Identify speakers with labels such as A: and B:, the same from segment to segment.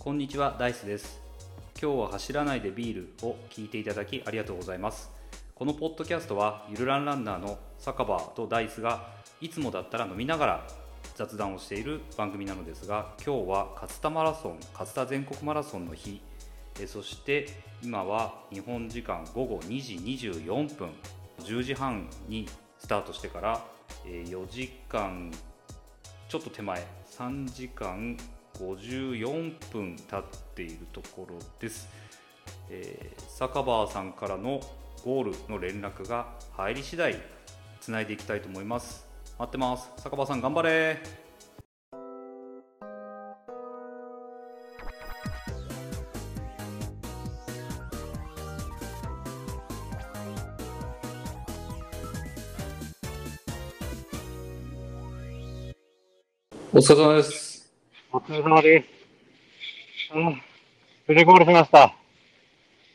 A: こんにちはダイスです今日は走らないでビールを聞いていただきありがとうございますこのポッドキャストはゆるランランナーの酒場とダイスがいつもだったら飲みながら雑談をしている番組なのですが今日は勝田マラソン勝田全国マラソンの日えそして今は日本時間午後2時24分10時半にスタートしてからえー4時間ちょっと手前3時間54分経っているところです、えー、坂場さんからのゴールの連絡が入り次第つないでいきたいと思います待ってます坂場さん頑張れお疲れ様です
B: お疲れ様です。うん。無事ゴールしました。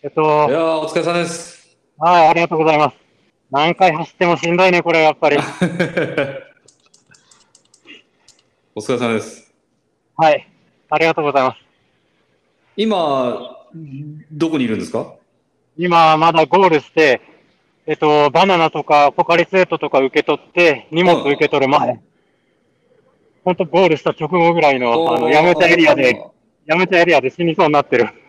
B: えっと、
A: い
B: はい、
A: やーお疲れ様です
B: ありがとうございます。何回走ってもしんどいね、これ、やっぱり。
A: お疲れ様です
B: はい。ありがとうございます。
A: 今どこにいるんですか
B: 今、まだゴールして、えっと、バナナとかポカリスエットとか受け取って、荷物受け取る前。ほんと、ゴールした直後ぐらいの、あの、やめたエリアで、やめたエリアで死にそうになってる。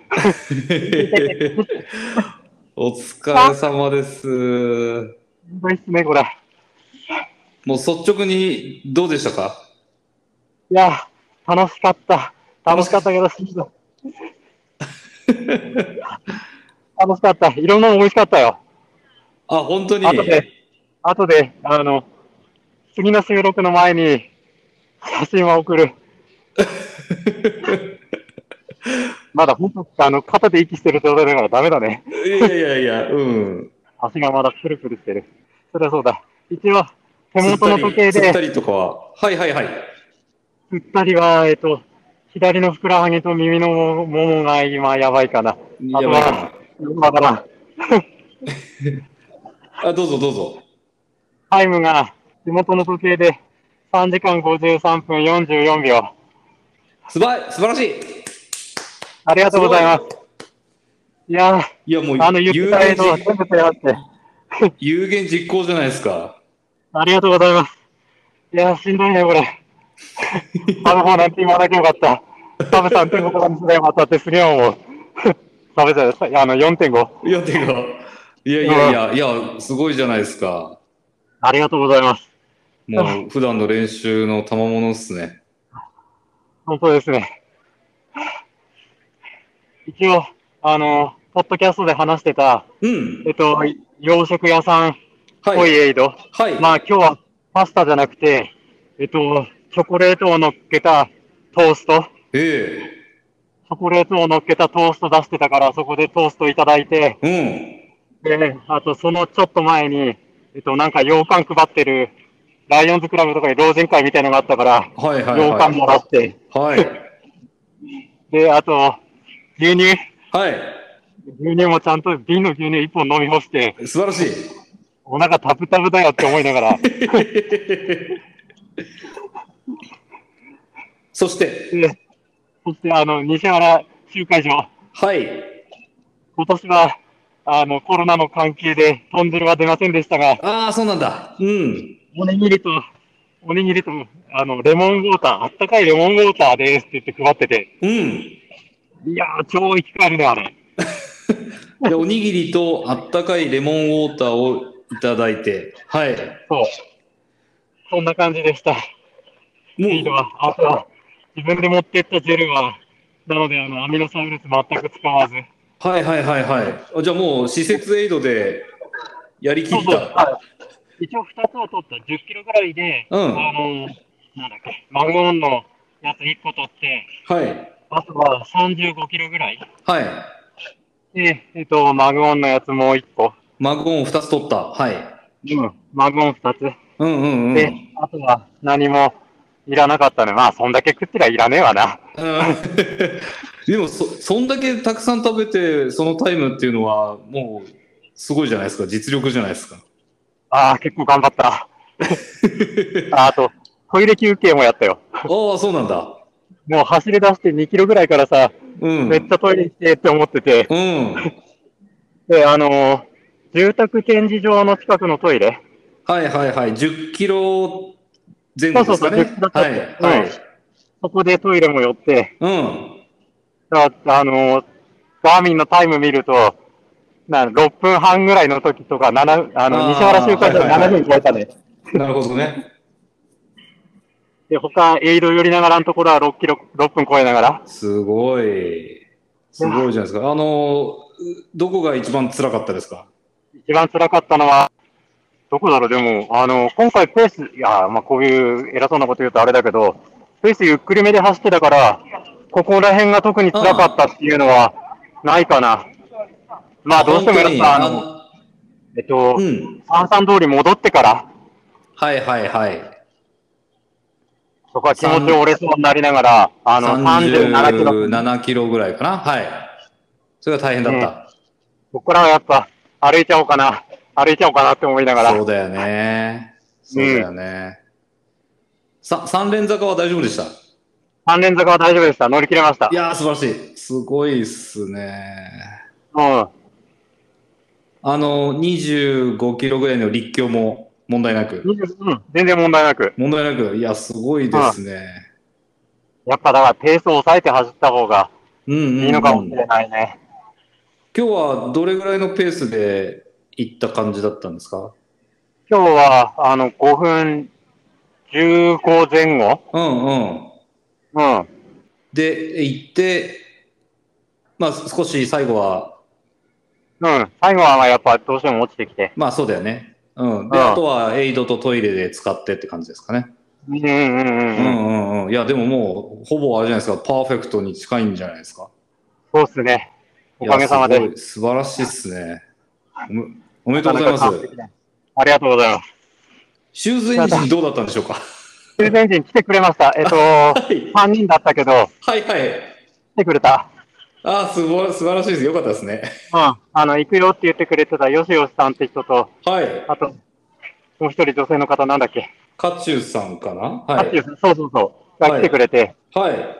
A: お疲れ様です。
B: しんどいっすね、これ。
A: もう率直にどうでしたか
B: いや、楽しかった。楽しかったけど、しんどい。楽しかった。いろんなの美味しかったよ。
A: あ、本当に。
B: 後で、後で、あの、次の収録の前に、写真は送る。まだ、本当あの、肩で息してる状態だからダメだね。
A: いやいやいや、うん。
B: 足がまだプルプルしてる。そりゃそうだ。一応、手元の時計
A: 釣
B: で、
A: ったり釣ったりとかは。はいはいはい。
B: うったりは、えっと、左のふくらはぎと耳のももが今やばいかな。あと
A: やばい
B: は、わからん。
A: あ、どうぞどうぞ。
B: タイムが手元の時計で3時間53分44秒。
A: すばい、素晴らしい。
B: ありがとうございます。いやー、
A: いやもう、
B: あの、ゆ
A: 有
B: った
A: 言
B: りと全
A: 実
B: 部手合って、
A: 有言実行じゃないですか。
B: ありがとうございます。いやー、しんどいね、これ。サブ4なんて言わなきゃよかった。サブさんって言葉にすればよかったってすげえ思う。サブじゃないあの、4.5。
A: いや、てか、いやいやいや、いや、すごいじゃないですか。
B: ありがとうございます。
A: もう、普段の練習の賜物っすね。
B: 本当ですね。一応、あの、ポッドキャストで話してた、
A: うん
B: え。っと、洋食屋さん、
A: はい。
B: ホイエイド。
A: はい。
B: まあ今日はパスタじゃなくて、えっと、チョコレートを乗っけたトースト、チ
A: え
B: ョコレートを乗っけたトースト出してたから、そこでトーストいただいて、
A: え
B: で、あとそのちょっと前に、えっと、なんか洋館配ってる、ライオンズクラブとかに老人会みたいのがあったから、
A: うん。はいはい
B: 洋
A: は
B: 館もらって、
A: い。はい。
B: で、あと、牛乳、
A: はい。
B: 牛乳もちゃんと瓶の牛乳一本飲み干して、
A: 素晴らしい。
B: お腹タブタブだよって思いながら、
A: そして、
B: でそしてあの、西原集会所、
A: はい。
B: 今年は、あの、コロナの関係で豚汁は出ませんでしたが、
A: ああ、そうなんだ。うん。
B: おにぎりと、おにぎりと、あの、レモンウォーター、あったかいレモンウォーターですって言って配ってて、
A: うん。
B: いやー、超生き返るね、あれ。
A: で、おにぎりとあったかいレモンウォーターをいただいて、はい。
B: そう。そんな感じでした。
A: も
B: リード
A: う、
B: は。あとは、自分で持ってったジェルは、なので、あの、アミノ酸ウイルス全く使わず。
A: はいはいはいはい。あじゃあもう、施設エイドでやりき
B: そう
A: っ
B: そう。
A: た。
B: はい一応、2つを取った。10キロぐらいで、
A: うん
B: あの、なんだっけ、マグオンのやつ1個取って、
A: はい。
B: あとは35キロぐらい。
A: はい。
B: で、えっと、マグオンのやつもう一個。
A: マグオンを2つ取った。はい。
B: うん。マグオン二つ。
A: うんうんうん。
B: で、あとは何もいらなかったね。まあ、そんだけ食ってりゃいらねえわな。
A: うん でもそ、そんだけたくさん食べて、そのタイムっていうのは、もう、すごいじゃないですか。実力じゃないですか。
B: ああ、結構頑 張った。ああと、トイレ休憩もやったよ。
A: ああ、そうなんだ。
B: もう走り出して2キロぐらいからさ、
A: うん。
B: めっちゃトイレ行きてえって思ってて、
A: うん。
B: で、あのー住宅展示場の近くのトイレ、
A: はいはいはい。10キロ前後ですかね
B: そうそうそう10キロ。
A: はいは
B: うん
A: い。
B: そこでトイレも寄って、
A: うん。
B: だあのーバーミンのタイム見ると、な6分半ぐらいの時とか、ななあの
A: あー
B: 西原集会で
A: はいはいは
B: 7
A: い
B: 分超えたね。
A: なるほどね。
B: で、他、エイド寄りながらのところは6キロ、6分超えながら。
A: すごい。すごいじゃないですか。あの、どこが一番辛かったですか
B: 一番辛かったのは、どこだろう、でも、あの、今回ペース、いや、まあ、こういう偉そうなこと言うとあれだけど、ペースゆっくりめで走ってたから、ここら辺が特に辛かったっていうのは、ないかな。まあ、どうしてもやっぱ、あの、えっと
A: う、ん。
B: 三三通り戻ってから、
A: はいはいはい。
B: そこは気持ち折れそうになりながら、あの、37キロ、
A: 37キロぐらいかな。はい。それが大変だった。
B: ここからはやっぱ、歩いちゃおうかな、歩いちゃおうかなって思いながら
A: そう、だよね。そうだよね。さ、三連坂は大丈夫でした
B: 三連坂は大丈夫でした。乗り切れました
A: い。やー素晴らしい。すごいっすね。
B: うん。
A: あの、25キロぐらいの立教も問題なく。
B: うん全然問題なく。
A: 問題なく。いや、すごいですね。
B: やっぱだからペースを抑えて走った方が
A: うんうん、うん。
B: いいのかもしれないね。
A: 今日はどれぐらいのペースで行った感じだったんですか
B: 今日は、あの、5分15前後
A: うんうん。
B: うん。
A: で、行って、まあ少し最後は、
B: うん。最後はまあやっぱどうしても落ちてきて。
A: まあそうだよね。うん。で、
B: うん
A: あとはエイドとトイレで使ってって感じですかね。
B: うんうんうん
A: う
B: うん。うん、
A: んうんうん。いや、でももう、ほぼあれじゃないですか、パーフェクトに近いんじゃないですか。
B: そうっすね。おかげさま
A: いや
B: で。
A: ごい素晴らしいっすね。おめおめでとうございま
B: なかなか完
A: す。
B: 璧なありがとうござい ます。
A: シューズエンジンどうだったんでしょうか
B: 修善人来てくれました。えっと、
A: はい
B: 3人だったけど、
A: はいはい。
B: 来てくれた。
A: ああ、すごい、素晴らしいです。よかったですね。
B: うん。あの、行くよって言ってくれてたよしよしさんって人と、
A: はい。
B: あと、もう一人女性の方なんだっけ、
A: カチュウさんかな
B: あ
A: は
B: ってい
A: い。
B: うそうそうそう。が来てくれて、
A: はい。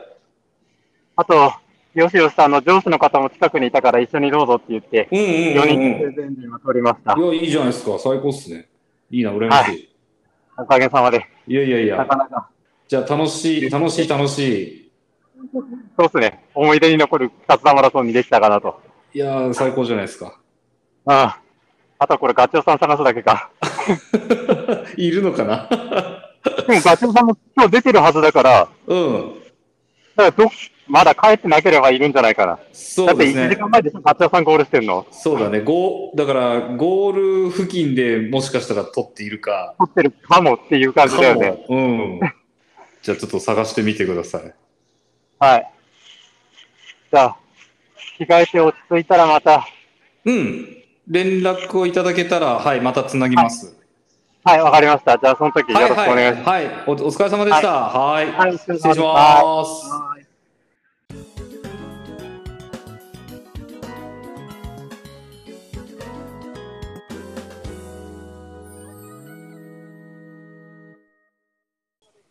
B: あと、よしよしさんの上司の方も近くにいたから一緒にどうぞって言って、
A: うんうん
B: 4
A: うん
B: 人
A: う
B: 中全人は取りました。
A: ん。いや、いいじゃないですか。最高っすね。いいな、羨ましい。い、
B: おかげさまで。
A: いやいやい
B: な
A: や
B: か。なか。
A: じゃあ、楽しい、楽しい、楽し
B: そうですね。思い出に残る2つマラソンにできたかなと。
A: い。いやー、最高じゃないですか。
B: うん。あとはこれガチョウさん探すだけか。
A: いるのかな
B: でもガチョウさんも今日出てるはずだから、
A: うん。
B: だからどまだ帰ってなければいるんじゃないかな。
A: そうです
B: だって
A: ね。
B: 1時間前でしょ、ガチョウさんゴールしてんの。
A: そうだね。ゴー、だから、ゴール付近でもしかしたら取っているか。
B: 撮ってるかもっていう感じだよね。
A: かも。うん。じゃあ、ちょっと探してみてください。
B: はい。じゃあ、着替えて落ち着いたらまた、
A: うん。連絡をいただけたら、はい、またつなぎます。
B: はい、わかりました。じゃあ、その時よ
A: は
B: ろ
A: い、
B: しくお
A: はい、
B: 願いします。
A: はい。おお疲れ様でした。はい。
B: はいお疲れ様でした
A: 失礼します。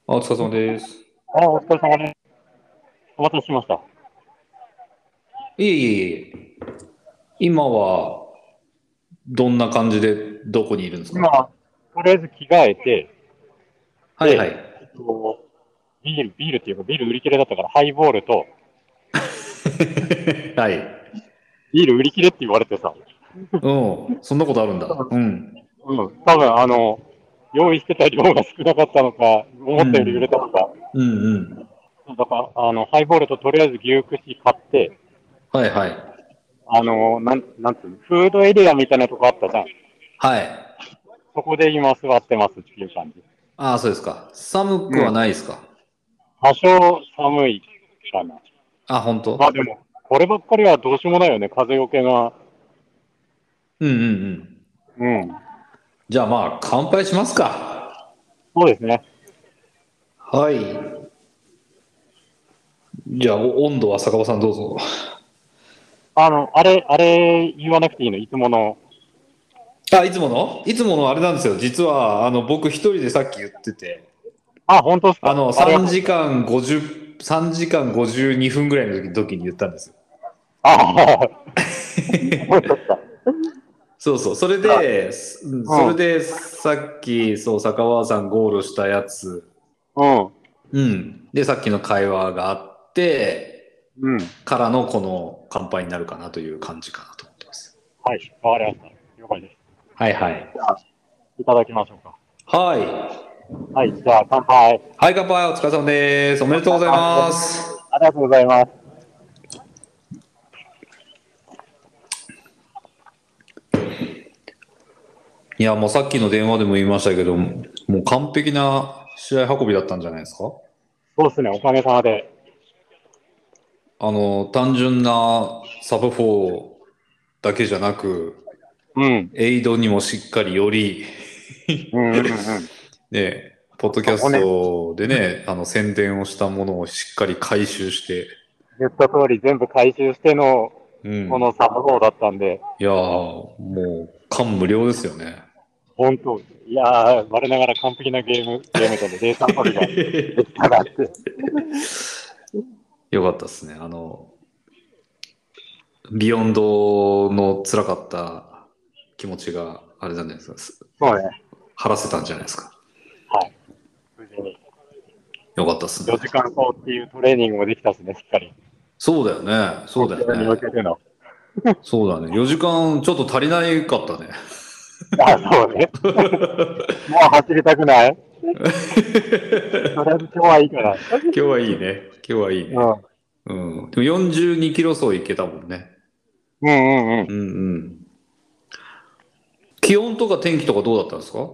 A: あお疲れ様です。
B: あ、お疲れ様です。お待たせしました。
A: いえいえいえ。今は、どんな感じで、どこにいるんですか
B: 今、とりあえず着替えて、
A: はいはい。
B: えっとビール、ビールっていうか、ビール売り切れだったから、ハイボールと、
A: はい。
B: ビール売り切れって言われてさ、
A: うん。そんなことあるんだ。うん。
B: うん、多分あの、用意してた量が少なかったのか、思ったより売れたのか、
A: うんうん。
B: だから、あの、ハイボールととりあえず牛串買って、
A: はいはい。
B: あの、なん、なんつうの、フードエリアみたいなとこあったじゃん。
A: はい。
B: そこで今座ってますっていう感じ。
A: ああ、そうですか。寒くはないですか、
B: 多少寒いかな。
A: あ、本当
B: まあでも、こればっかりはどうしようもないよね、風よけが。
A: うんうんうん。
B: うん。
A: じゃあまあ、乾杯しますか。
B: そうですね。
A: はい。じゃあ、お温度は坂場さんどうぞ。
B: あの、あれ、あれ言わなくていいの、いつもの。
A: あ、いつものいつものあれなんですよ。実は、あの、僕一人でさっき言ってて、
B: あ、本当ですか
A: あの、
B: れは
A: 3時間50 3時間52分ぐらいの時時に言ったんですよ。
B: ああ、そうだった。
A: そうそう。それで、うんそれで、さっき、そう、坂川さんゴールしたやつ、
B: うん。
A: うん。で、さっきの会話があって、
B: うん。
A: からのこの乾杯になるかなという感じかなと思ってます。
B: はい、わかりました。了解です。
A: はいはい。
B: いただきましょうか。
A: はい。
B: はい、じゃあ乾杯。
A: はい、乾杯お疲れ様です。おめでとうございます。
B: ありがとうございます。
A: いや、もうさっきの電話でも言いましたけど、もう完璧な試合運びだったんじゃないですか
B: そうですね、おかげさまで。
A: あの、単純なサブ4だけじゃなく、
B: うん。
A: エイドにもしっかりより、
B: うんうんうん。
A: ね、ポッドキャストでね、あの宣伝をしたものをしっかり回収して、
B: 言った通り全部回収しての
A: うん、
B: このサブ4だったんで、
A: いやー、もう感無量ですよね。
B: 本当、いやー、我ながら完璧なゲーム、ゲームで、データ処理ができたなって。
A: よかったですね。あの、ビヨンドの辛かった気持ちがあれじゃないですか。す
B: そうね、
A: 晴らせたんじゃないですか。
B: はい。無事に
A: よかったですね
B: 4。時間そうっていうトレーニングもできたしね、しっかり。
A: そうだよね。そうだ
B: それに
A: よ
B: 向
A: ね。
B: けての。
A: そうだね。4時間ちょっと足りないかったね。
B: あ、そう ね。もう走りたくないとりあえず今日はいいから。
A: 今日はいいね。今日はいいね。
B: うん。
A: うん。でも42キロ走いけたもんね。
B: うんうんう
A: う
B: ん。
A: んうん。気温とか天気とかどうだったんですか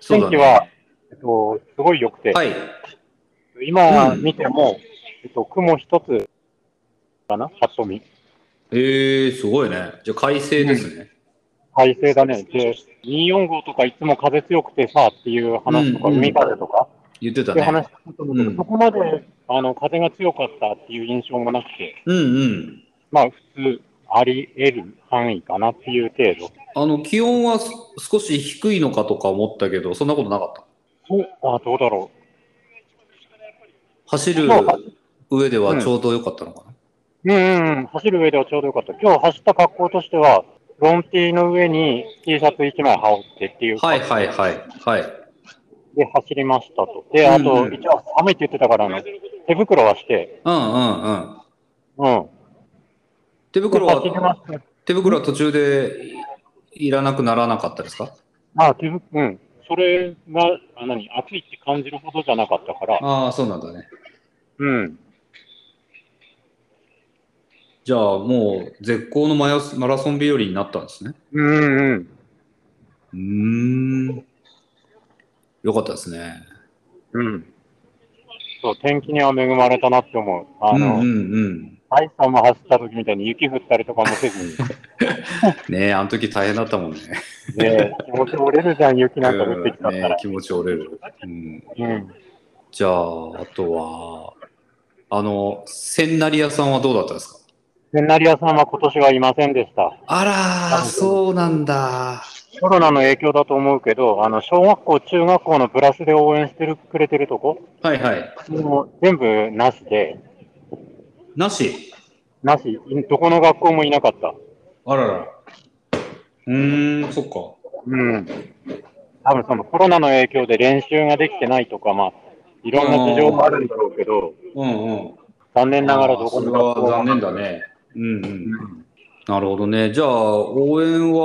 A: そうだね
B: 天気は、えっと、すごい良くて、
A: はい。
B: 今
A: うん
B: 見ても、えっと、雲一つかなパッと見。
A: ええすごいね。じゃあ快晴ですね。
B: 快晴だね。で、245とかいつも風強くてさ、っていう話とか、
A: うんうん
B: 海風とか、
A: 言ってた
B: っていう
A: ね。
B: 話だと思うけど、
A: うん
B: そこまで、あの、風が強かったっていう印象もなくて、
A: うんうん。
B: まあ、普通、あり得る範囲かなっていう程度。
A: あの、気温はす少し低いのかとか思ったけど、そんなことなかった。
B: そう、あ、どうだろ
A: 走る
B: そうか
A: 上ではちょうど良かったのかな。
B: う。うんうんうん、走る上ではちょうどよかった。今日走った格好としては、ロンティーの上に T シャツ1枚羽織ってっていう
A: はいはいはい。はい。
B: で、走りましたと。で、あ
A: うん
B: と、
A: うん
B: 一応寒いって言ってたからね、手袋はして、
A: うんうんうん。
B: うん。
A: 手袋は
B: で走りました。
A: 手袋は途中でいいらなくならなかったですか
B: あ、手袋、うん。それが、あ何、暑いって感じるほどじゃなかったから、
A: ああ、そうなんだね。
B: うん。
A: じゃあもう絶好のマヤスマラソン日和になったんですね。
B: うんうんうん。
A: うーん。よかったですね。
B: うん。そう、天気には恵まれたなって思う。あ
A: うんう
B: の、
A: んうん。
B: アイさんも走った時みたいに雪降ったりとかも せずに、
A: ねえ、あの時大変だったもんね。
B: ねえ、気持ち折れるじゃん、雪なんか降ってきた
A: う
B: っ
A: ん
B: た
A: ね
B: ら
A: え。気持ち折れる。うん、
B: うん。
A: じゃあ、あとは、あの、千成屋さんはどうだったですか
B: セナリアさんは今年はいませんでした。
A: あらー、そうなんだ。
B: コロナの影響だと思うけど、あの、小学校、中学校のブラスで応援してるくれてるとこ
A: はいはい。
B: もう全部なしで、
A: なし
B: なし、いどこの学校もいなかった。
A: あらら。うーん、そっか。
B: うん。多分そのコロナの影響で練習ができてないとか、まあ、いろんな事情もあるんだろうけど、
A: うんうん。
B: 残念ながらどこの学校
A: それは残
B: も
A: 念だね。うんうん。なるほどね。じゃあ、応援は、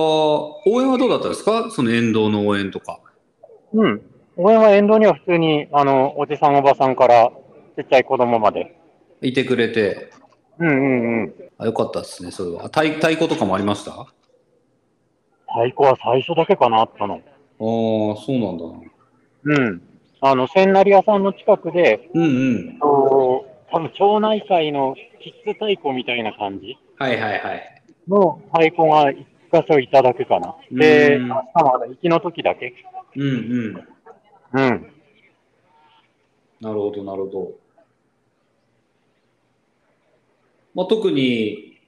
A: 応援はどうだったですかその沿道の応援とか。
B: うん。応援は沿道には普通に、あの、おじさんおばさんから、ちっちゃい子供まで。
A: いてくれて。
B: うんうんうん。
A: あよかったですね、それは。太太鼓とかもありましたああ、
B: 太鼓は最初だけかな、あったの。
A: そうなんだ。
B: うん。あの、千成屋さんの近くで、
A: うんうん。
B: 多分町内会のキッズ太鼓みたいな感じ
A: はいはいはい。
B: の太鼓が一箇所いただけかな。で、
A: うん
B: 明日まだ行きの時だけ。
A: うんうん。なる
B: うん。
A: ほど、なるほど。まあ、特に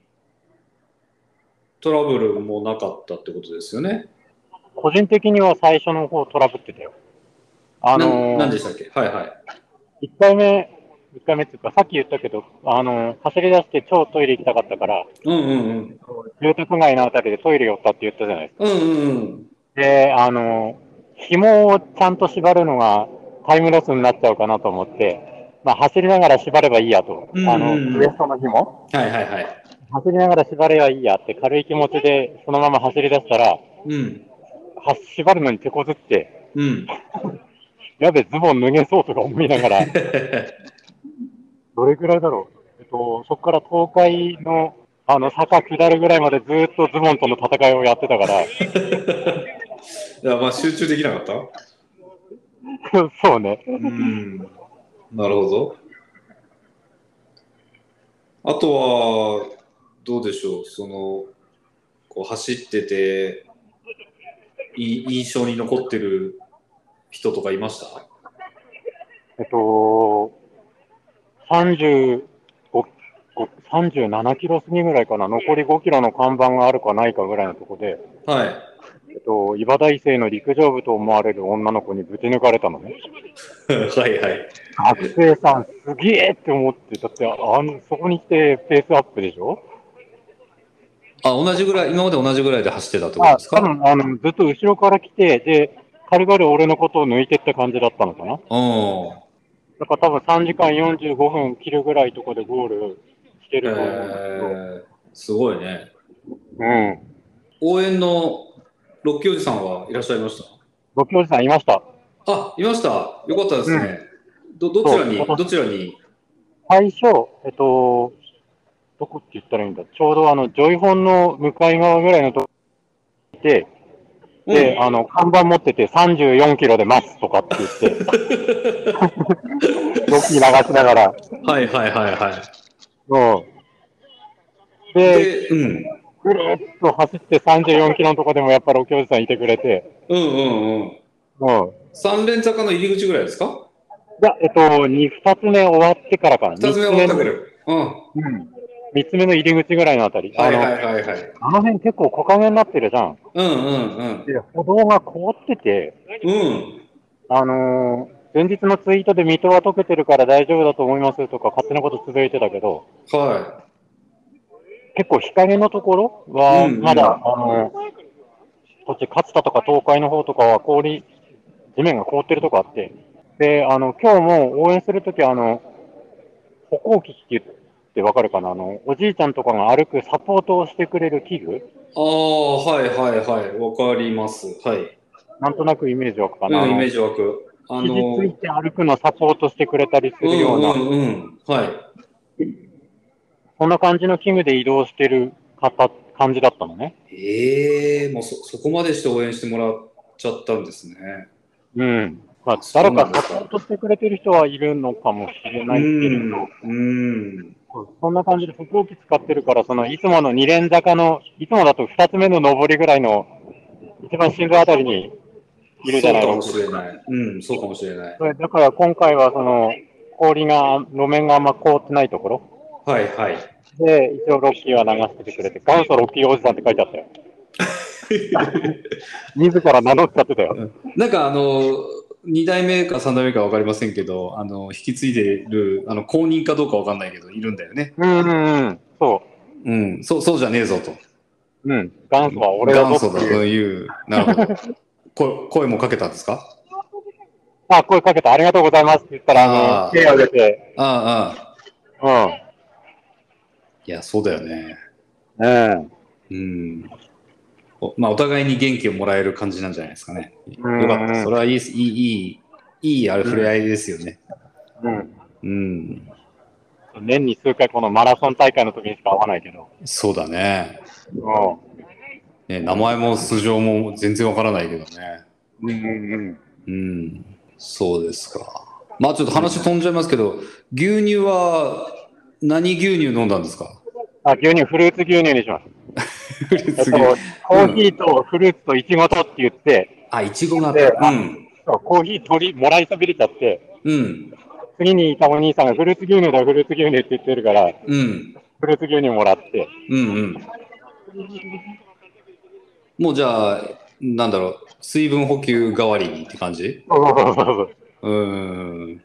A: トラブルもなかったってことですよね。
B: 個人的には最初の方トラブってたよ。あ
A: あ
B: の
A: 何
B: ー、
A: でしたっけはいはい。
B: 1回目1回目っていうか、さっき言ったけど、あの、走り出して超トイレ行きたかったから、
C: うんうんうん。
B: 住宅街のあたりでトイレ寄ったって言ったじゃないですか。
C: うんうんうん。
B: で、あの、紐をちゃんと縛るのがタイムロスになっちゃうかなと思って、まあ走りながら縛ればいいやと。
C: うんうん
B: あの、ウエストの紐
C: はいはいはい。
B: 走りながら縛ればいいやって軽い気持ちでそのまま走り出したら、
C: うん。
B: は縛るのに手こずって、
C: うん。
B: やべ、ズボン脱げそうとか思いなが ら、どれぐらいだろう。えっと、そこから東海の、あの、坂下るぐらいまでずっとズボンとの戦いをやってた から、
A: いや、まあ集中できなかった
B: そうね。
A: うん。なるほど。あとは、どうでしょう、その、こう走ってて、い印象に残ってる人とかいました
B: えっと、35、37キロ過ぎぐらいかな、残り5キロの看板があるかないかぐらいのとこで、
A: はい。
B: えっと、岩大生の陸上部と思われる女の子にぶち抜かれたのね。
A: はいはい。
B: 学生さんすげえって思って、だって、あの、そこに来てペースアップでしょ
A: あ、同じぐらい、今まで同じぐらいで走ってたってこと
B: あ、
A: ですか
B: 多分、あの、ずっと後ろから来て、で、軽々俺のことを抜いてった感じだったのか
A: う
B: な
A: ん。
B: だから多分3時間45分切るぐらいとかでゴールしてると思うんですけど、
A: えー、すごいね。
B: うん。
A: 応援のロッキーおじさんはいらっしゃいました
B: 六おじさんいました。
A: あ、いました。よかったですね。どどちらに、
B: そう
A: どちらに。
B: 最初、えっと、どこって言ったらいいんだ。ちょうどあの、ジョイホンの向かい側ぐらいのとこにいて、で、あの、看板持ってて34キロで待つとかって 言って、ロッキー流しながら。
A: はいはいはいは
B: うん。
A: い。
B: で、
A: で、うん。
B: ぐるーっと走って34キロのとこでもやっぱ六おじさんいてくれて、
A: うんうんうん。
B: うん。
A: 三連坂の入り口ぐらいですか
B: が、えっと、二二つ目終わってからかな。
A: 二つ目は分かる。うん。
B: 三つ目のうん。三つ目の入り口ぐらいのあたり。
A: はいは
B: あの、
A: いはいはい。
B: あの辺結構木陰になってるじゃん。
A: うんうんうん。
B: で、歩道が凍ってて、
A: うん。
B: あのー前日のツイートで水戸は溶けてるから大丈夫だと思いますとか勝手なこと続いてたけど、
A: は
B: 結構日陰のところは、
A: うん
B: まだ、
A: うん
B: あのーこっち勝田とか東海の方とかは氷、地面が凍ってるとこあって、で、あの、今日も応援するときあの、歩行器って言ってわかるかなあの、おじいちゃんとかが歩くサポートをしてくれる器具
A: い。ああ、はいはいはい。わかります。はい。
B: なんとなくイメージ湧くかな、
A: うん、イメー
B: ジ
A: ジ湧く。あの
B: 肘ついて歩くのサポートしてくれたりす
A: う
B: るような、
A: んうんうん。はい。
B: そんな感じの器具で移動してる方、感じだったのね。
A: ええもうそ、そこまでして応援してもらっちゃったんですね。
B: うん。まあ、
A: そう
B: 誰
A: な
B: か
A: んだ
B: サポートしてくれてる人はいるのかもしれないけれど、
A: うん。
B: そんな感じで歩行器使ってるから、そのいつもの二連坂の、いつもだと二つ目の上りぐらいの、一番心臓あたりにいるじゃない
A: そうか
B: で
A: も
B: す
A: しれない。うん、そうかもしれない。
B: か。だから今回はその、氷が、路面があんま凍ってないところ
A: はいはい。
B: で、一応ロッキーは流しててくれて、元祖ロッキーおじさんって書いてあったよ。自ら名乗っちゃってたよ。
A: なんかあの、2代目か3代目か分かりませんけど、あの、引き継いでる、あの、公認かどうか分かんないけど、いるんだよね。
B: うんうんうん。そう。
A: うん、そう、そうじゃねえぞと。
B: うん、元祖は俺だ
A: 元
B: ぞ
A: 祖
B: って
A: だ
B: いう。
A: という、なるほど。声声もかけたんですか
B: あ、声かけてありがとうございますって言ったら、
A: あー
B: あの、手を挙げて、
A: ああ、ああ。
B: うん。
A: いや、そうだよね。
B: うん。
A: うん。おまあ、お互いに元気をもらえる感じなんじゃないですかね。よ
B: うん
A: かった。それはいいです、いい、いい、いい、あれ、触れ合いですよね。
B: うん。
A: うん
B: 年に数回このマラソン大会の時にしか会わないけど。
A: そうだね
B: う
A: ね。名前も素性も全然わからないけどね。
B: ん。うんうんうん。
A: うん、そうですか。まあちょっと話飛んじゃいますけど、牛乳は何牛乳飲んだんです か
B: あ、牛乳、フルーツ牛乳にします。えっと、
A: 次
B: コーヒーとフルーツとイチゴとって言って、
A: あ、いちごがあっ
B: で
A: た。うん。
B: そうコーヒー取り、もらいそびれちゃって、
A: うん。
B: 次にいたお兄さんがフルーツ牛乳だよ、フルーツ牛乳って言ってるから、
A: うん。
B: フルーツ牛乳もらって、
A: うんうん。もうじゃあ、なんだろう、水分補給代わりにって感じ
B: そうそうそうそう。
A: うーん。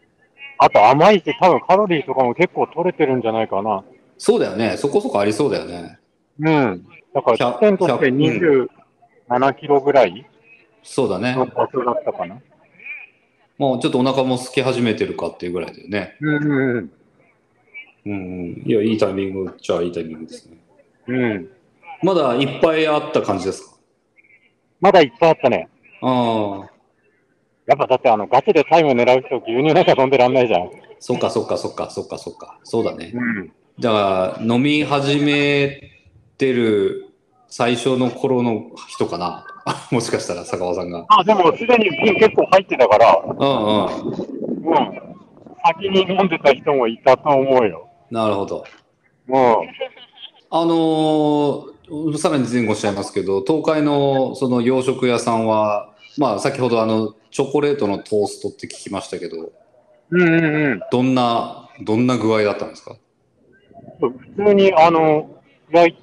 B: あと甘いし、多分カロリーとかも結構取れてるんじゃないかな。
A: そうだよね。そこそこありそうだよね。
B: うん。だから、
A: 100
B: 地点として
A: 100
B: 27キロぐらい
A: そうだね
B: の。場所だったかな。
A: もうちょっとお腹も空き始めてるかっていうぐらいだよね。
B: うんうん
A: うんうん。いや、いいタイミングじゃあいいタイミングですね。
B: うん。うん。
A: まだいっぱいあった感じですか
B: まだいっぱいあったね。
A: ああ。
B: やっぱだってあの、ガチでタイム狙う人、牛乳なんか飲んでらんないじゃん。
A: そっかそっかそっかそっかそっか。そうだね。
B: うん。
A: だから、飲み始めてる最初の頃の人かな。 もしかしたら、坂尾さんが。
B: あ、でもすでに瓶結構入ってたから、
A: うんうん。
B: うん。先に飲んでた人もいたと思うよ。
A: なるほど。
B: うん。
A: あのーさらに前後しちゃいますけど、東海のその洋食屋さんは、まあ、先ほどあの、チョコレートのトーストって聞きましたけど、
B: うんうん
A: どんな、どんな具合だったんですか
B: うん。普通に、あの、フライ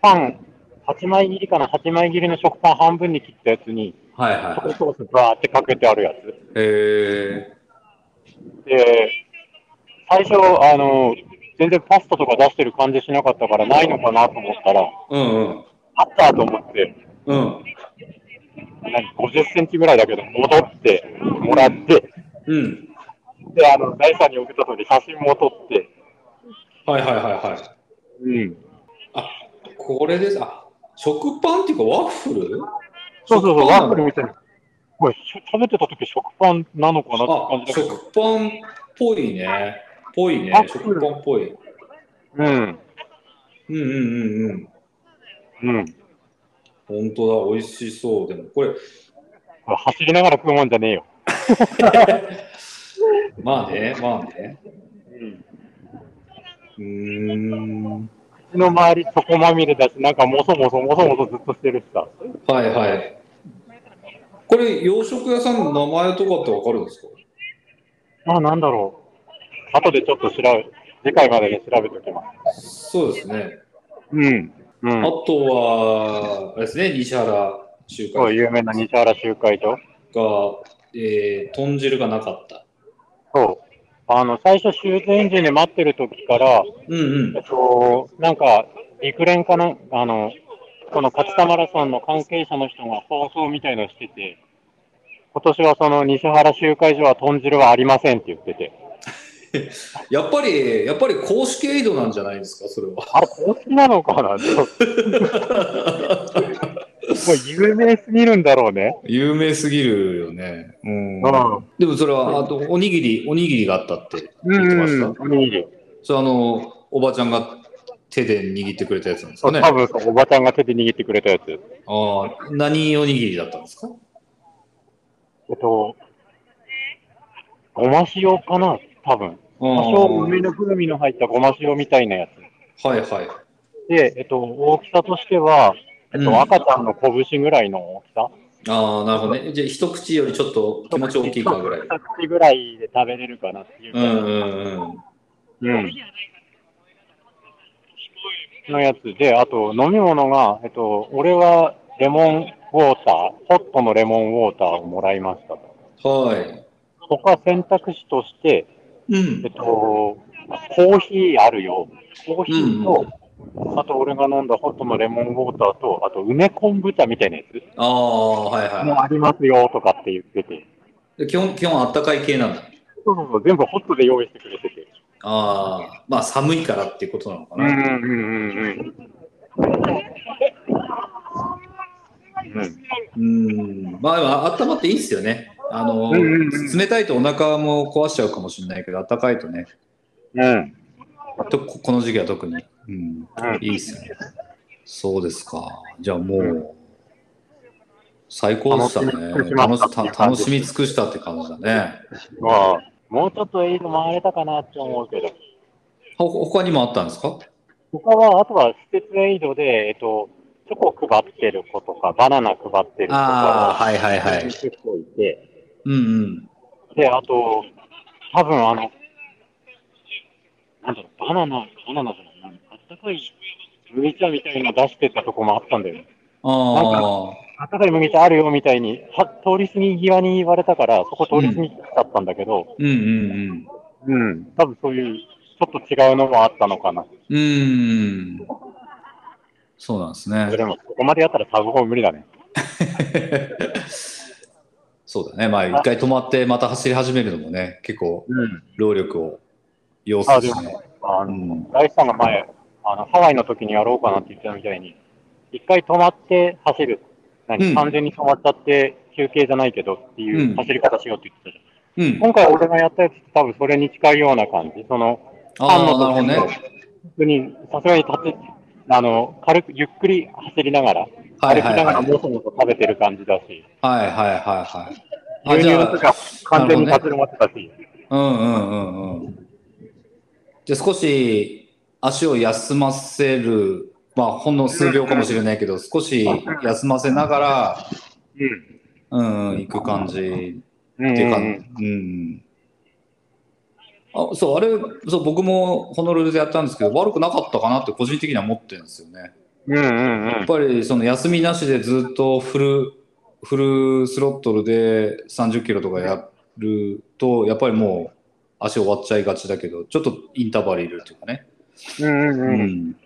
B: パン、8枚切りかな、8枚切りの食パン半分に切ったやつに、
A: はい
B: チ
A: は
B: ョコソースバーってかけてあるや
A: い
B: つ。。
A: え
B: で、最初、あの、全然パスタとか出してる感じしなかったから、ないのかなと思ったら、
A: ー、うん
B: あったと思って、
A: うん。うん。
B: 何、50センチぐらいだけど、戻ってもらって、
A: うん。
B: で、あの、ダイさんに送った時に写真も撮って、
A: はいはいはいはい。
B: うん。
A: これです。あ、食パンっていうかワッフル
B: そうそうそう、
A: 食パンなの
B: ワッフルみたいな。これ、しょ食べてた時食パンなのかなって
A: あ
B: 感、じだけど。
A: 食パンっぽいね。ぽいね
B: ワ。ッフ
A: 食
B: ル
A: パンっぽい。
B: うん。
A: うんうんうんうん。
B: うん。
A: 本当だ、美味しそう。でも、これ、
B: これ走りながら食うもんじゃねえよ。
A: まあね、まあね。
B: うん。
A: うーん。
B: 口の周り、チョコまみれだし、なんかもそもそもそもそずっとしてるしさ。
A: はいはい。これ、洋食屋さんの名前とかってわかるんですか
B: あ、なんだろう。後でちょっと調べ、次回までに調べておきます。
A: そうですね。
B: うん。
A: あ
B: うん。
A: とは、あれですね、西原中華
B: そう、有名な西原集会所。
A: が、えー、豚汁がなかった。
B: そう。あの、最初、終電時に待ってる時から、
A: うんうん
B: え。っと、なんか、陸連かな、あの、この勝田マラソンの関係者の人が放送みたいのしてて、今年はその西原集会所は豚汁はありませんって言ってて、
A: やっぱり、やっぱり公式エイドなんじゃないですか、それは。
B: あれ、公式なのかなもう有名すぎるんだろうね。
A: 有名すぎるよね。うん
B: うん
A: でもそれは、あと、おにぎり、おにぎりがあったって言ってました。
B: おにぎり。
A: それあの、おばちゃんが手で握ってくれたやつなんです
B: そ
A: か
B: う、
A: ね。
B: 多分そうおばちゃんが手で握ってくれたやつ。え
A: ああ、何おにぎりだったんですか
B: っと、ごま塩かな多分。
A: あ
B: 多
A: あ
B: 少
A: は
B: 梅の風味の入ったごま塩みたいなやつ。
A: いはい。
B: で、えっと、大きさとしては、えっと、
A: うん
B: 赤ちゃんの拳ぐらいの大きさ。
A: ああ、なるほどね。じゃあ、一口よりちょっと気持ち大きいかぐらい。
B: 一口ぐらいで食べれるかなっていう
A: う
B: ぐら
A: ん
B: い。
A: うんうん。
B: うんのやつで、あと飲み物が、えっと、俺はレモンウォーター、ホットのレモンウォーターをもらいましたと。
A: は
B: 他選択肢として、
A: い。う
B: え
A: ん。
B: っと、コーヒーあるよ。コーヒーと、あと俺が飲んだホットのレモンウォーターと、あと梅昆布茶みたいなやつ
A: ああ、はい
B: も
A: は
B: ありますよとかって言ってて。
A: い。で基本、基本あったかい系なんだ。
B: そうそうそう、全部ホットで用意してくれてて。
A: ああ、まあ寒いからっていうことなのか
B: うんう
A: な。
B: んうんうんうん。
A: うん。まあでも、あったまっていいですよね。あの、
B: うんうんうん
A: 冷たいとお腹も壊しちゃうかもしれないけど、あったかいとね、
B: うん。
A: とここの時期は特に。うん。いいですよね。そうですか。じゃあもう、
B: うん
A: 最高でしたね。楽
B: 楽
A: し
B: しみ尽くしましたっていう感じ
A: た楽しみ尽くした
B: です
A: って感じだね。
B: まあ、もうちょっと映像回れたかなって思うけど、
A: ほ他にもあったんですか
B: 他は、あとは施設エイドで、えっと、チョコ配ってる子とか、バナナ配ってる子と
A: ああ、
B: か
A: はいはい
B: を、
A: はい。
B: 結構いて、
A: うんうん。
B: で、あと、多分あの、なんだろう、バナナ、バナナじゃない、あったかい麦茶みたいなの出してたとこもあったんだよね。
A: あ
B: あったかい麦茶あるよみたいに、は通り過ぎ際に言われたから、そこ通り過ぎちゃったんだけど、
A: あ、うんうんうん。
B: うん。多分そういう、ちょっと違うのもあったのかな。
A: うーん。そうなんですね。
B: でも、ここまでやったらサブホーム無理だね。
A: そうだね。まあ、一回止まって、また走り始めるのもね、結構、
B: うん。
A: 労力を要するし
B: あで
A: ね。
B: あ
A: う
B: の、
A: ん。
B: 大地さんが前、あの、ハワイの時にやろうかなって言ってたみたいに、一回止まって走る。何、
A: うん
B: 完全に止まっちゃって休憩じゃないけどっていううん走り方しようって言ってたじゃん。
A: うん。
B: 今回俺がやったやつって多分それに近いような感じ。その、
A: ああ、な
B: ファン
A: るほど
B: の時も
A: ね。
B: 普通に、さすがに立って、あの、軽く、ゆっくり走りながら、
A: はい
B: 歩
A: は
B: き
A: い
B: な
A: は
B: が
A: い。
B: らもそもそ食べてる感じだし、
A: はいはいはいはい。あ、
B: 牛
A: じ
B: 乳
A: ゃ
B: とか完全に
A: なる
B: 立ち
A: ほ
B: 止まってたし、
A: あ、うんうんうんうん。じゃあ少し足を休ませる、まあほんの数秒かもしれないけど、少し休ませながら、
B: うん。
A: うん、うん、行く感じ
B: うん
A: っていうか、う
B: うん
A: ん。あそう、あれ、そう、僕もホノルルでやったんですけど、悪くなかったかなって個人的には思ってるんですよね。
B: うんうんう
A: やっ
B: ん。
A: ぱり、その休みなしでずっとフル、フルスロットルで30キロとかやると、やっぱりもう足終わっちゃいがちだけど、ちょっとインターバルいるっていうかね。
B: うんうん
A: う
B: うん。ち
A: ん。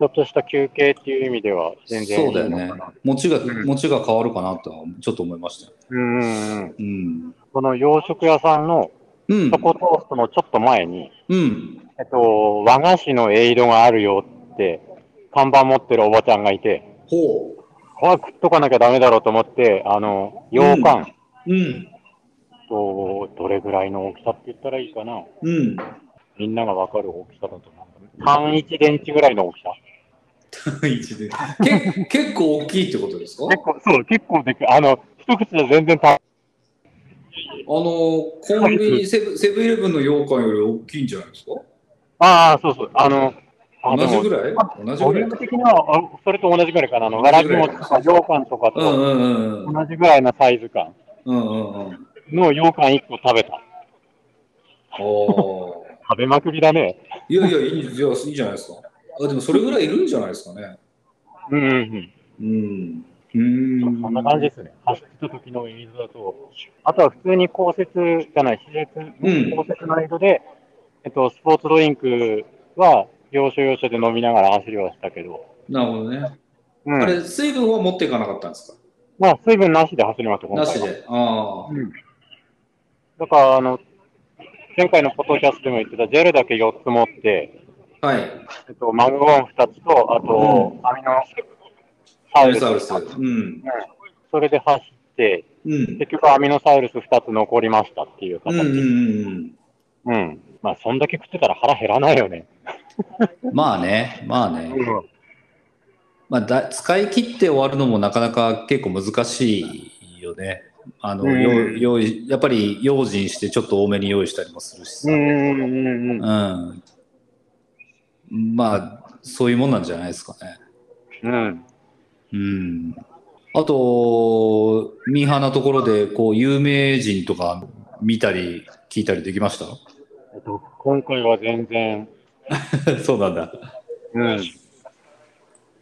B: ょっとした休憩っていう意味では全然い
A: そう
B: い
A: だよ
B: の
A: ね
B: かな。。
A: 持ちが、
B: うん
A: 持ちが変わるかなとは、ちょっと思いましたよ。
B: うんうんうん。
A: うん。
B: この洋食屋さんの
A: うん
B: チョ。コトーストのちょっと前に、
A: うん。
B: えっと、和菓子のエイドがあるよって、看板持ってるおばちゃんがいて、
A: ほ
B: これは食っとかなきゃダメだろうと思って、あの、羊羹、
A: う。うん。
B: と、どれぐらいの大きさって言ったらいいかな。
A: うん。
B: みんながわかる大きさだと思う。単一電池ぐらいの大きさ。
D: 一で。
A: け結構大きいってことですかあ
B: 結構、そう、結構でかい。あの、一口で全然単
A: の、コンビニ、セブセブンイレブンの羊羹より大きいんじゃないですか
B: ああ、そうそう。あの、あ
A: 同じ
B: の
A: ぐらい同じ
B: ボ
A: ぐらい
B: リューム
A: か。
B: 的には、あそれと同じぐらいかな。あ
A: 同
B: の、わ
A: じ
B: ら
A: ぐ
B: び
A: らい
B: 餅とか、羊羹とか
A: うんう
B: と
A: んうんうん。
B: 同じぐらいなサイズ感
A: うんうんうん。
B: の羊羹1個食べた。
A: ああ。
B: 食べまくりだね。
A: いやいや、いいいやいいじゃないですか。あでもそれぐらいいるんじゃないですかね。
B: うんうん
A: うん。う
B: うん。
A: ん。
B: そんな感じですね。走った時の映像だと。あとは普通に降雪じゃない、施設、
A: うん
B: 降雪の映像で、えっと、スポーツドリンクは、要所要所で飲みながら走りはしたけど。
A: なるほどね。
B: う
A: あ
B: ん。
A: れ、水分は持っていかなかったんです
B: まあ、水分なしで走りました、
A: か
B: 今
A: な
B: 回
A: し
B: は。
A: で。ああ。
B: うんだから、あの、前回のポトキャストでも言ってた、ジェルだけ4つ持って、
A: はい。
B: えっと、マグゴン2つと、あと、網のサ
A: ア
B: ウ
A: ル
B: ルス
A: サウルス。うん。
B: それで走って、
A: うん。
B: 結局アミノサウルス2つ残りましたっていう
A: う
B: 形。
A: んうんうん
B: うんまあ、そんだけ食ってたら腹減らないよね。
A: うん。まあね、まあね。
B: ん。
A: まあ、だ使い切って終わるのもなかなか結構難しいよね。あの、
B: うん
A: 用用意やっぱり用心してちょっと多めに用意したりもするし
B: う
A: さ、
B: んうんうんうん。
A: うんまあそういうもんなんじゃないですかね。
B: うん。
A: うん、あとミーハーなところでこう有名人とか見たり聞いた りできまし
B: えっと、今回は全然、
A: たそうなんだ。
B: うん。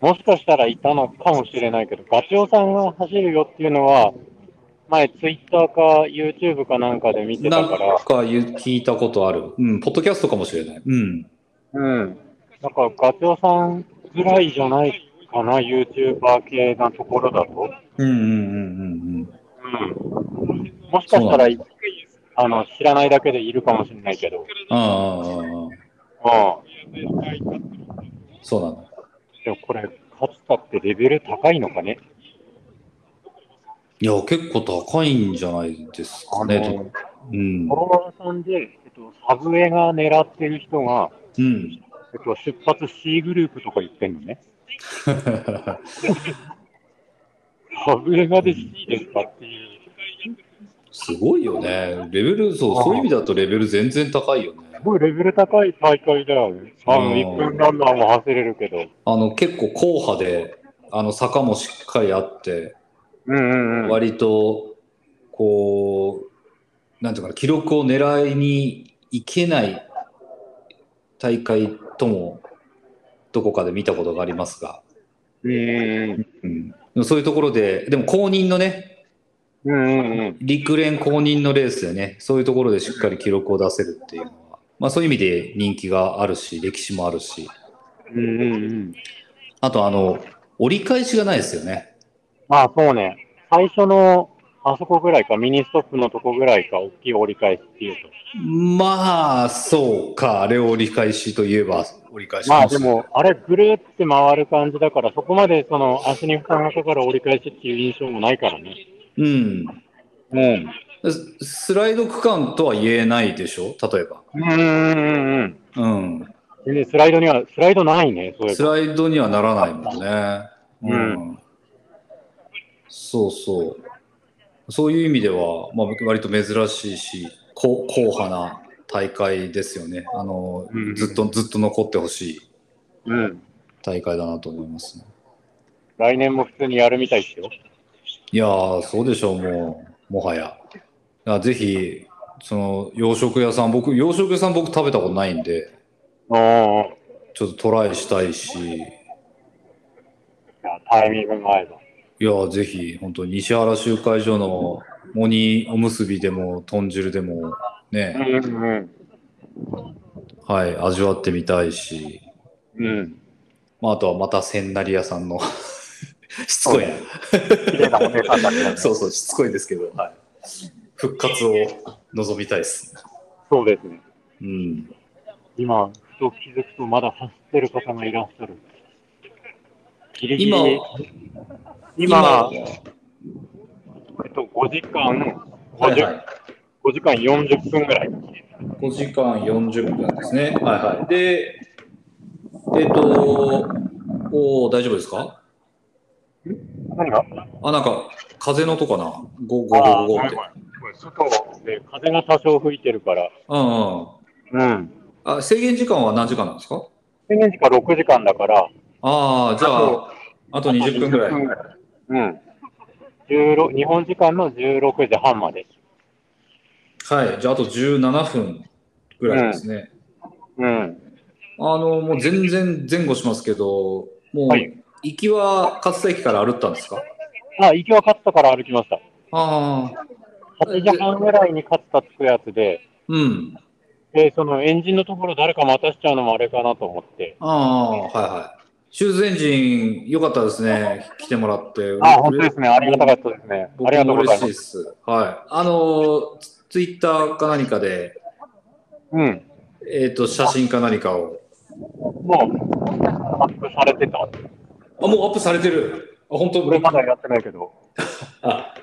B: もしかしたらいたのかもしれないけど、ガチオさんが走るよっていうのは、前ツイッターか YouTube かなんかで見て
A: な
B: た
A: ん
B: か、
A: からゆ聞いたことある。うん、ポッドキャストかもしれない。うん。
B: うん。なんかガチオさんぐらいじゃないかな、YouTuber 系なところだと。
A: うんうんうん
B: うん。もしかしたら、あの、知らないだけでいるかもしれないけど、
A: うんうん。ああああああ、
B: うん。
A: そうなんだ。
B: でもこれ、勝つたってレベル高いのかね。
A: いや、結構高いんじゃないですかね。
B: あの
A: とうん
B: フォ。ロワーさんで、えっと、サブウェイが狙ってる人が、
A: うん。
B: えっと、出発 C グループとか言ってんのね。サブウェイがで C ですかっていう。
A: すごいよね。レベル、そう、そういう意味だとレベル全然高いよね。
B: すごいレベル高い大会だよね。あ
A: う
B: の、
A: ん
B: 1分ランナーも走れるけど。
A: あの、結構硬派で、あの、坂もしっかりあって、
B: うんうんうん。
A: 割と、こう、なんていうかな、記録を狙いにいけない大会とも、どこかで見たことがありますが、
B: うんうん
A: うん、でもそういうところで、でも公認のね、
B: うん。うんうんうん。
A: 陸連公認のレースでね、そういうところでしっかり記録を出せるっていうのは、まあ、そういう意味で人気があるし、歴史もあるし、
B: うんうんうん。
A: あとあの、折り返しがないですよね。
B: まあそうね。最初の、あそこぐらいか、ミニストップのとこぐらいか、大きい折り返しっていう
A: まあ、そうか、あれを折り返しといえば折り返し
B: と。まあで、も、あれぐるって回る感じだから、そこまでその足に負担がかかる折り返しっていう印象もないからね。
A: うん。
B: うん。
A: ススライド区間とは言えないでしょ例えば。
B: うんうんうんうん。
A: うん。
B: 全然スライドには、スライドないね、そういえ
A: ス
B: ば。
A: ライドにはならないもんね。
B: うん
A: うん。そうそう。そういう意味では、まあ、割と珍しいし、こ硬派な大会ですよね。あの
B: うんうん、
A: ずっと、ずっと残ってほしい
B: うん。
A: 大会だなと思いますね。
B: 来年も普通にやるみたいですよ。
A: いやー、そうでしょう、もう、もはや。だからぜひ、その、洋食屋さん、僕、洋食屋さん僕食べたことないんで、
B: うん。
A: ちょっとトライしたいし、
B: いやタイミングが合えば。
A: いや、ぜひ、本当西原集会所のモニおむすびでも、豚汁でも、
B: うん
A: ね、
B: うん
A: はい、味わってみたいし、
B: うん。うん。
A: まあ、あとはまた千成屋さんの、 しつこい
B: 綺麗なお姉さんだけど、ね
A: な、。そうそう、しつこいですけど、はい、復活を望みたいです。
B: そうですね。
A: うん。
B: 今、ふと気づくと、まだ走ってる方がいらっしゃる。ギリギ
A: 今、
B: リ、今、えっと、5時間、
A: はい
B: 50
A: はい、
B: 5時間40分ぐらい。
A: 5時間40分ですね。はいはい。で、えっ、と、おー大丈夫ですか
B: 何が
A: あ、なんか、風の音かな ?5、5、5、5
B: ああ、ごめ
A: っ
B: ん
A: て
B: ご。めんごめん外で風が多少吹いてるから。
A: うんうん。
B: うん。
A: あ、制限時間は何時間なんですか
B: 制限時間6時間だから、
A: ああ、じゃあ、あと20分ぐらい。
B: うん。16日本時間の16時半まで。
A: はい、じゃああと17分ぐらいですね。
B: うん。
A: あの、もう全然前後しますけど、もう
B: はい、
A: 行きは勝田駅から歩ったんですか
B: あ、行きは勝ったから歩きました。
A: ああ、
B: 8時半ぐらいに勝ったつくやつで、
A: うん。
B: で、そのエンジンのところ誰か待たしちゃうのもあれかなと思って。
A: ああ、はいはい。シューズエンジン、良かったですね。来てもらって。
B: あ、本当ですね。ありがたかったですね。あ
A: 僕
B: りがとう
A: も
B: ござ
A: 嬉
B: い
A: しい
B: ま。
A: ですす。はい。あの、ツツイッターか何かで、
B: うん。
A: えっ、と、写真か何かを。
B: もう、アップされてた。
A: あ、もうアップされてる。あ、本当
B: 俺まだやってないけど、
A: あ、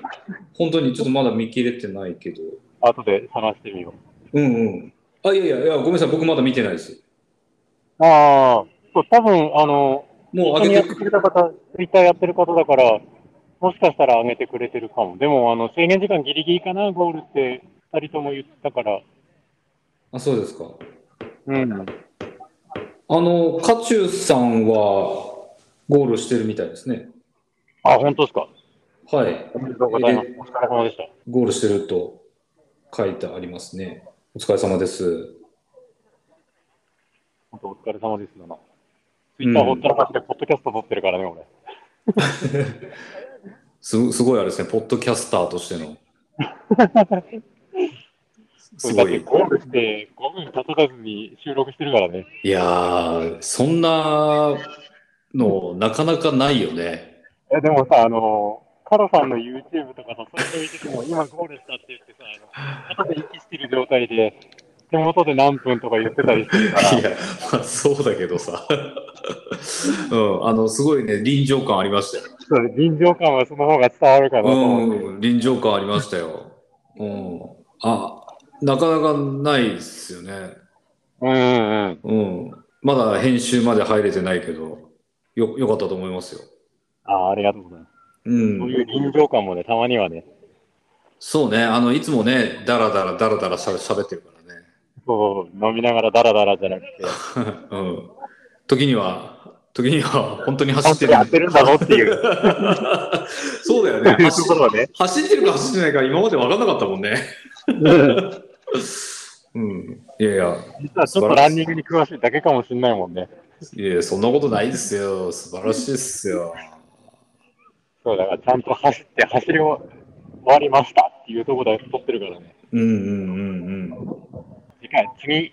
A: 本当にちょっとまだ見切れてないけど。
B: 後で探してみよ
A: うんうん。あ、いやいや、いやごめんなさい、僕まだ見てないです。
B: う。ああ、そう、多分、あの、
A: もう
B: 本当
A: 上
B: に
A: げ
B: やってて
A: く
B: くれた方、ツイッターやってる方だから、もしかしたら上げてくれてるかも。でも、あの、制限時間ギリギリかな、ゴールって、二人とも言ってたから。
A: あ、そうですか。
B: うん。
A: あの、カチュウさんはゴールしてるみたいですね。
B: あ、本当ですか。
A: はい。
B: おめでとうございます。お疲れ様でした。
A: ゴールしてると書いてありますね。お疲れ様です。
B: 本当お疲れ様ですだな。ツイッターほったらかして、ポッドキャスト撮ってるからね、俺。
A: すすごいあれですね、ポッドキャスターとしての。 す
B: だ
A: ご
B: って
A: い。
B: ゴールして5分経たずに収録してるからね。
A: いやー、そんなのなかなかないよね。
B: いやでもさ、あのカロさんの YouTube とかさ、そういうの見て ても、今ゴールしたって言ってさ、あの後で息してる状態で、手元で何分とか言ってたり するから、
A: いや、まあ、そうだけど さ。うん、あの、すごいね、臨場感ありましたよ。
B: それ臨場感はその方が伝わるかなと思って。
A: うん、臨場感ありましたよ。うん。あ、なかなかないですよね。
B: うんうんうん。
A: うん。まだ編集まで入れてないけど、よ、よかったと思いますよ。
B: ああ、ありがとうございます。
A: う。
B: そういうん臨場感もね、たまにはね、
A: そうね、あの、いつもね、だらだらだらだらしゃ喋ってるからね。
B: そう、飲みながらダラダラじゃな くて、
A: うん。時には、時には、本当に走
B: 本
A: って
B: 当
A: る
B: に。やってるんだぞっていう、
A: そうだよ
B: そう
A: ね。
B: いうところはね。
A: 走ってるか走ってないか今まで分かんなかったもんね。うん。いやいや、
B: 実はちょっとランニングに詳しいだけかもしれないもんね。
A: いやいやそんなことないですよ。素晴らしいですよ。
B: そう、だからちゃんと走って、走り終わりましたっていうところだけ撮ってるからね。
A: うんうんうんうん。
B: 次回、次、チ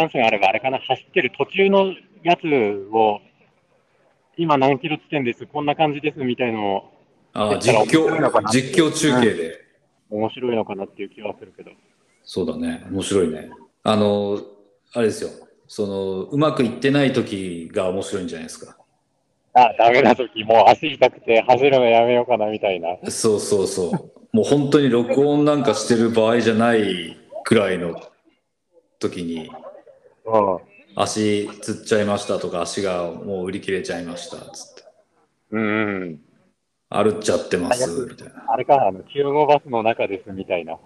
B: ャンスがあればあれかな、走ってる途中のやつを、今何キロ地点です、こんな感じですみたいのを
A: あー
B: だから
A: 実
B: 面白いのか
A: 況、
B: な
A: 実況中継で。
B: 面白いのかなっていう気はするけど。
A: そうだね。面白いね。あの、あれですよ。その、うまくいってない時が面白いんじゃないですか。
B: あ、ダメな時、もう足痛くて走るのやめようかなみたいな。
A: そうそうそう。もう本当に録音なんかしてる場合じゃないくらいの時に、
B: うん。
A: 足つっちゃいましたとか、足がもう売り切れちゃいました、つって。
B: うんうん。
A: 歩っちゃってます、みたいな。
B: あれか、あの、救護バスの中ですみたいな。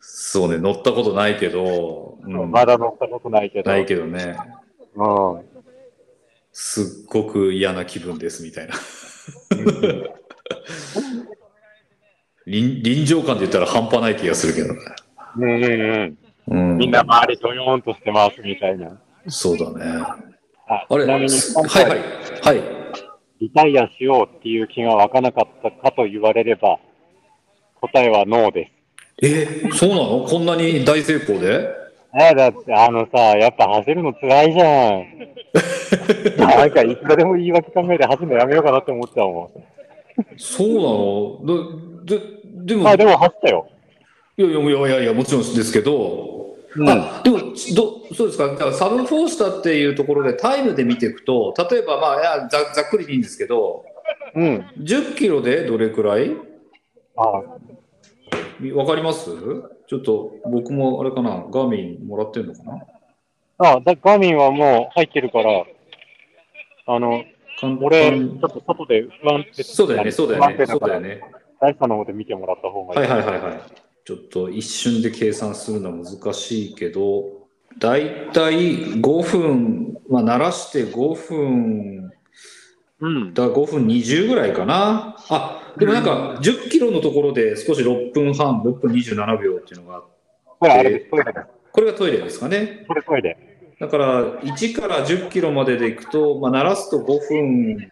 A: そうね、乗ったことないけど、うん、
B: まだ乗ったことないけど。
A: ないけどね、
B: うん。
A: すっごく嫌な気分です、みたいな。臨臨場感で言ったら半端ない気がするけどね。
B: うんうんうん。
A: うん、
B: みんな周りドヨーンとしてますみたいな。
A: そうだね。
B: あ
A: あれ、
B: ちな
A: はい
B: みに、
A: はい。はい。
B: リタイアしようっていう気が湧かなかったかと言われれば、答えはノーです。
A: え、そうなのこんなに大成功で
B: えだって、あのさ、やっぱ走るの辛い じゃん。なんか、いつまでも言い訳考えて走るのやめようかなって思っちゃうも
A: そうなので、で、で
B: ん。
A: も、
B: まあ、
A: いや
B: でも走ったよ。
A: いやいやいやいや、もちろんですけど、
B: うん
A: あでもちど、そうですか、だからサブフォースタっていうところでタイムで見ていくと、例えば、まあいやざ、ざっくりでいいんですけど、
B: うん。
A: 10キロでどれくらい
B: あ
A: わかりますちょっと僕もあれかな、ガーミンもらってるのかな
B: あ、だガミンはもう入ってるから、あの、
A: かん
B: 俺、
A: か
B: ち
A: ん
B: ょっと外で不安定
A: そうだよね、そうだよね、そうだよ
B: ね。
A: ね。
B: 大地さんの方で見てもらった方がいい。
A: はいはいはいはい。ちょっと一瞬で計算するのは難しいけど、だいたい5分、まあ、鳴らして5分、
B: うん。
A: だ5分20ぐらいかな。あ、でもなんか10キロのところで少し6分半、6分27秒っていうのがあって、
B: これ、あれです、トイレです。
A: これがトイレですかね。
B: これ、トイレ。
A: だから1から10キロまででいくと、まあ、鳴らすと5分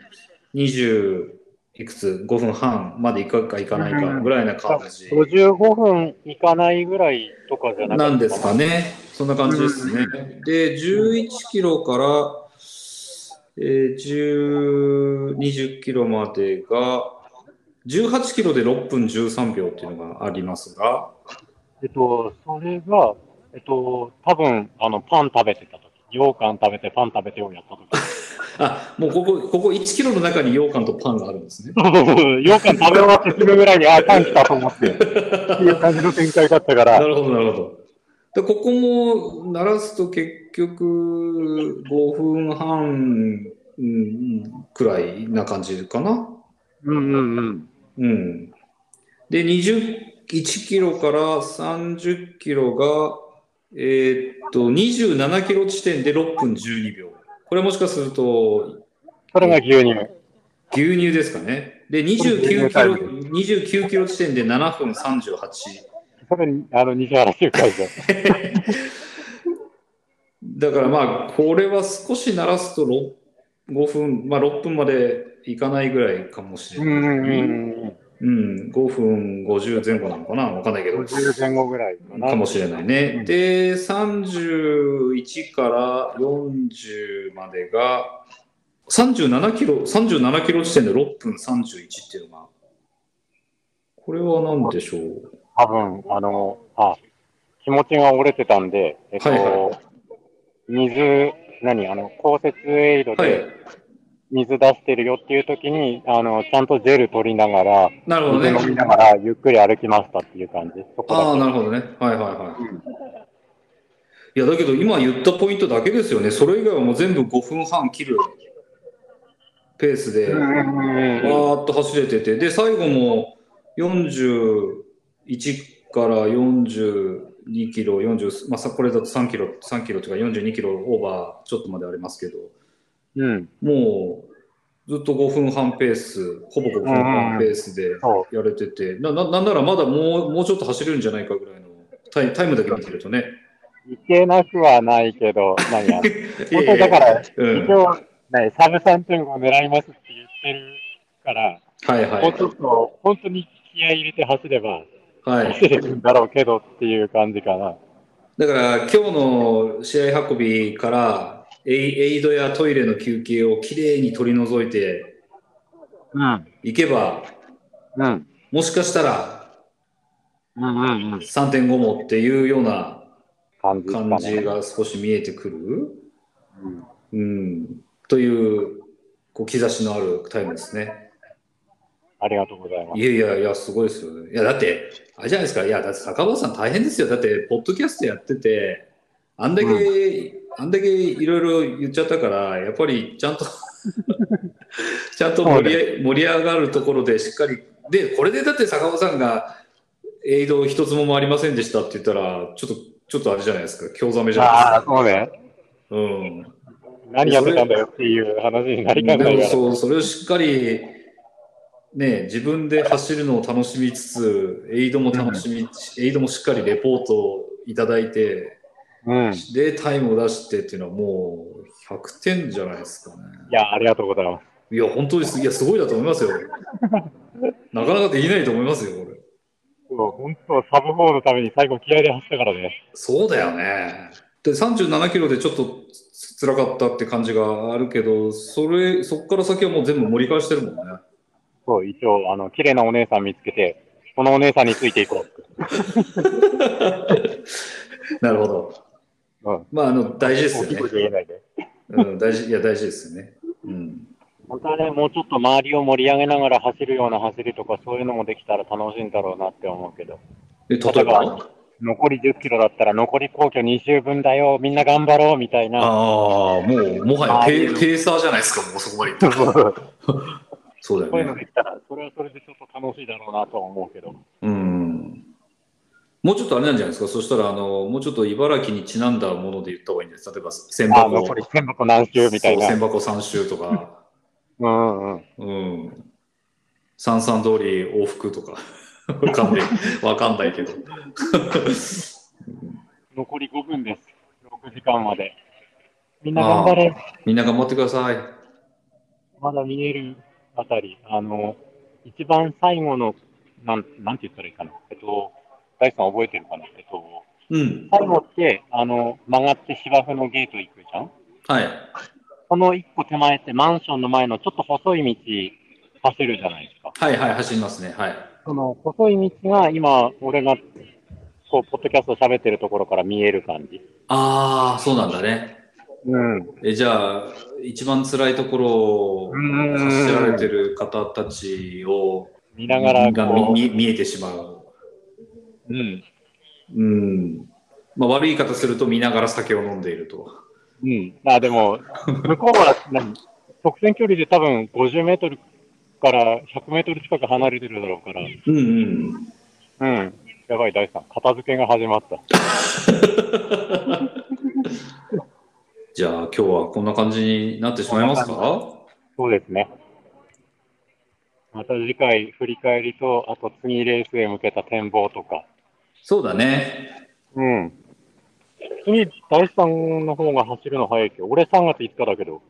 A: 20いくつ、5分半までいくかいかないかぐらいな感じ。
B: 55分いかないぐらいとかじゃなく
A: なんですかね。そんな感じですね。で、11キロから、えー10 20キロまでが、18キロで6分13秒っていうのがありますが、
B: えっと、それが、えっと、多分あの、パン食べてたとき、羊羹食べてパン食べてをやったとき。
A: あ、もうここ、ここ1キロの中に羊羹とパンがあるんですね。
B: 羊羹食べ終わってすぐぐらいに、あ、パン来たと思って、っていう感じの展開だったか
A: な
B: ら、
A: るほど、なるほど。で、ここも鳴らすと結局5分半うんくらいな感じかな。
B: うんうんうん。
A: うん。で、20 1キロから30キロが、えーっと、27キロ地点で6分12秒。これもしかすると、
B: それが牛乳。
A: 牛乳ですかね。で、29キロ、29キロ地点で7分38。
B: それ、あの、西原集会で。
A: だからまあ、これは少し鳴らすとろ5分、まあ6分までいかないぐらいかもし
B: う
A: れ
B: んう
A: ない。
B: んうんうん。
A: うん、5分50前後なのかなわかんないけど。
B: 50前後ぐらいかな。
A: かもしれないね。
B: うん
A: で、31から40までが、37キロ、37キロ地点で6分31っていうのが、これは何でしょう。
B: 多分あの、あ、気持ちが折れてたんで、えっと、
A: はいは
B: 水、何、あの、降雪エイド
A: はい。
B: で水出してるよっていう時に、あの、ちゃんとジェル取りながら、
A: なるほど
B: 水飲み
A: ね。
B: ながら、ゆっくり歩きましたっていう感じ。そこ
A: ああ、
B: だ
A: なるほどね。はいはいはい。いや、だけど今言ったポイントだけですよね。それ以外はもう全部5分半切るペースで。
B: け。うんうんうんうん
A: わーっと走れてて、で、最後も41から42キロ、40、まあ、さこれだと3キロ、3キロというか42キロオーバーちょっとまでありますけど、
B: うん。
A: もうずっと5分半ペース、ほぼ5分半ペースで
B: そ
A: やれてて、なななんならまだもうもうちょっと走れるんじゃないかぐらいのタイタイムだけ見てるとね。
B: う。いけなくはないけど、何 や。本当だか
A: い
B: ら、
A: やいやいや、うん
B: 一、応、ね、サブ3.5狙いますって言ってるから、
A: はいは
B: もうちょ
A: い。
B: っと、本当に気合い入れて走れば、
A: はい
B: 走れるんだろうけどっていう感じかな。
A: だから今日の試合運びからエイエイドやトイレの休憩をきれいに取り除いて
B: うん。
A: いけば、
B: うん。
A: もしかしたら
B: うんうんうん。
A: 3.5もっていうような
B: 感じですかね
A: 感じが少し見えてくる、
B: うん
A: うん、というこう兆しのあるタイムですね。
B: ありがとうございます。
A: いやいやいや、すごいですよね。いや、だって、あれじゃないですか。いや、だって坂本さん大変ですよ。だって、ポッドキャストやってて、あんだけ、あんだけいろいろ言っちゃったから、やっぱりちゃんと、 ちゃんと盛り上盛り上がるところでしっかり、で、これでだって坂本さんが、エイド一つも回りませんでしたって言ったら、ちょっと、ちょっとあれじゃないですか。興ざめじゃ
B: あ
A: ない
B: あ、
A: ですか。
B: そうね。
A: うん。
B: 何やってたんだよっていう話になりかねな
A: で
B: い
A: も
B: から。
A: そう、それをしっかり、ね、自分で走るのを楽しみつつ、エイドも楽しみ、エイドもしっかりレポートをいただいて、
B: うん。い
A: で、タイムを出してっていうのはもう100点じゃないですかね。
B: や、ありがとうございます。
A: いや、本当です。いや、すごいだと思いますよ。なかなかできないと思いますよ、これ。
B: そう、本当サブ4のために最後気合で走ったからね。
A: そうだよね。で、37キロでちょっとつ辛かったって感じがあるけど、それ、そこから先はもう全部盛り返してるもんね。
B: そう、一応、あの、綺麗なお姉さん見つけて、このお姉さんについていこう。
A: なるほど。
B: うん。
A: まあ、あの、大事です
B: 大
A: よね
B: きい声。で言えないで。
A: うん、大事、いや、大事ですよね。うん。
B: 本当はね、もうちょっと周りを盛り上げながら走るような走りとか、そういうのもできたら楽しいんだろうなって思うけど。
A: え、例え
B: 例え
A: ば
B: 残り10キロだったら残り皇居2周分だよ、みんな頑張ろうみたい
A: ああ
B: な。、
A: もう、もはや
B: ああ
A: ペ
B: いう
A: ー
B: の
A: ペーサーじゃないですか、もうそこまで 行っ
B: そ
A: た
B: う
A: ら。そう
B: そ
A: だ
B: ういう
A: よ
B: の
A: ね。
B: できたら、それはそれでちょっと楽しいだろうなとは思うけど。
A: うん。もうちょっとあれなんじゃないですか、そしたら、あの、もうちょっと茨城にちなんだもので言った方がいいんじゃないですか、例えば、千
B: ああ、
A: 箱。
B: 残り全部何周みたい
A: そう
B: な。
A: 千箱3周とか、
B: うんうん。
A: うん。三々通り往復とか、わかんない、わかんないけど。
B: 残り5分です。6時間まで。みんな頑張れ。
A: みんな頑張ってください。
B: まだ見えるあたり。あの、一番最後の、なん、なんて言ったらいいかな。えっと、大地さん覚えてるかな。えっと、
A: うん。
B: 最後って、あの、曲がって芝生のゲート行くじゃん
A: はい。
B: その一個手前ってマンションの前のちょっと細い道走るじゃないですか。
A: はいはい、走りますね。はい。
B: その細い道が今、俺が、こう、ポッドキャスト喋ってるところから見える感じ。
A: ああ、そうなんだね。
B: うん。
A: え、じゃあ、一番辛いところを
B: うん
A: 走られてる方たちを、
B: 見ながら、
A: が
B: こ
A: 見見見えてしまう。
B: う、うん。
A: うん。まあ、悪い言い方すると見ながら酒を飲んでいると。
B: うん。あ、でも、向こうは何直線距離で多分50メートルから100メートル近く離れてるだろうから。
A: うんうん。
B: うん。やばい、大地さん。片付けが始まった。
A: じゃあ、今日はこんな感じになってしまいますか
B: そうですね。また次回振り返りと、あと次レースへ向けた展望とか。
A: そうだね。
B: うん。次、大地さんの方が走るの早いけど、俺3月5日だけど。